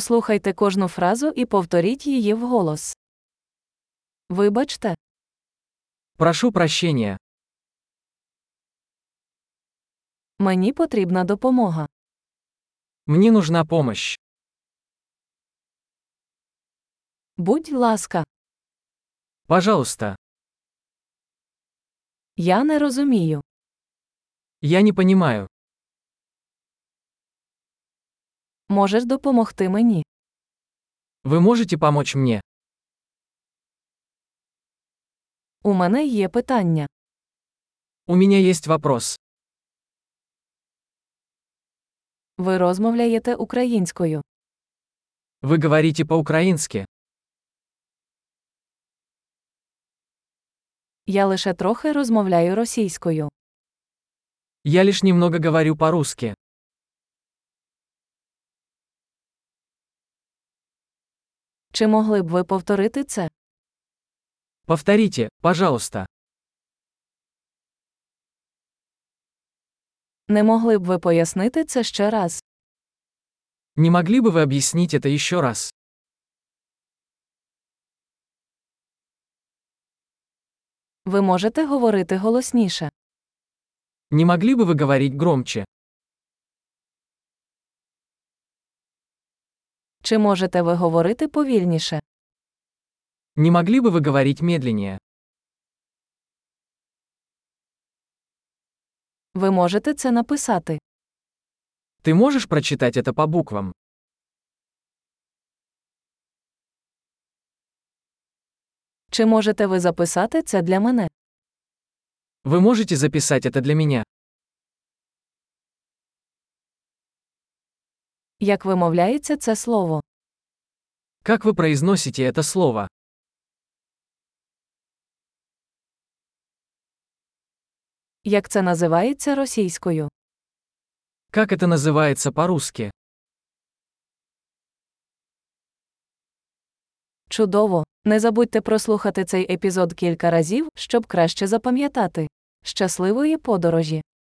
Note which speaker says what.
Speaker 1: Послухайте кожну фразу і повторіть її вголос. Вибачте,
Speaker 2: Прошу прощения.
Speaker 1: мені потрібна допомога.
Speaker 2: Мне нужна помощь.
Speaker 1: Будь ласка,
Speaker 2: Пожалуйста.
Speaker 1: я не розумію.
Speaker 2: Я не понимаю.
Speaker 1: Можеш допомогти мені?
Speaker 2: Вы можете помочь мне?
Speaker 1: У мене є питання.
Speaker 2: У меня есть вопрос.
Speaker 1: Ви розмовляєте українською.
Speaker 2: Вы говорите по-украински.
Speaker 1: Я лише трохи розмовляю російською.
Speaker 2: Я лишь немного говорю по-русски.
Speaker 1: Чи могли б ви повторити це?
Speaker 2: Повторите, пожалуйста.
Speaker 1: Не могли б ви пояснити це ще раз?
Speaker 2: Не могли бы вы объяснить это еще раз?
Speaker 1: Ви можете говорити голосніше.
Speaker 2: Не могли бы вы говорить громче?
Speaker 1: Чи можете ви говорити повільніше?
Speaker 2: Не могли бы вы говорить медленнее?
Speaker 1: Ви можете це написати.
Speaker 2: Ты можешь прочитать это по буквам?
Speaker 1: Чи можете ви записати це для мене?
Speaker 2: Вы можете записать это для меня?
Speaker 1: Як вимовляється це слово?
Speaker 2: Как вы произносите это слово?
Speaker 1: Як це називається російською?
Speaker 2: Как это называется по-русски?
Speaker 1: Чудово! Не забудьте прослухати цей епізод кілька разів, щоб краще запам'ятати. Щасливої подорожі!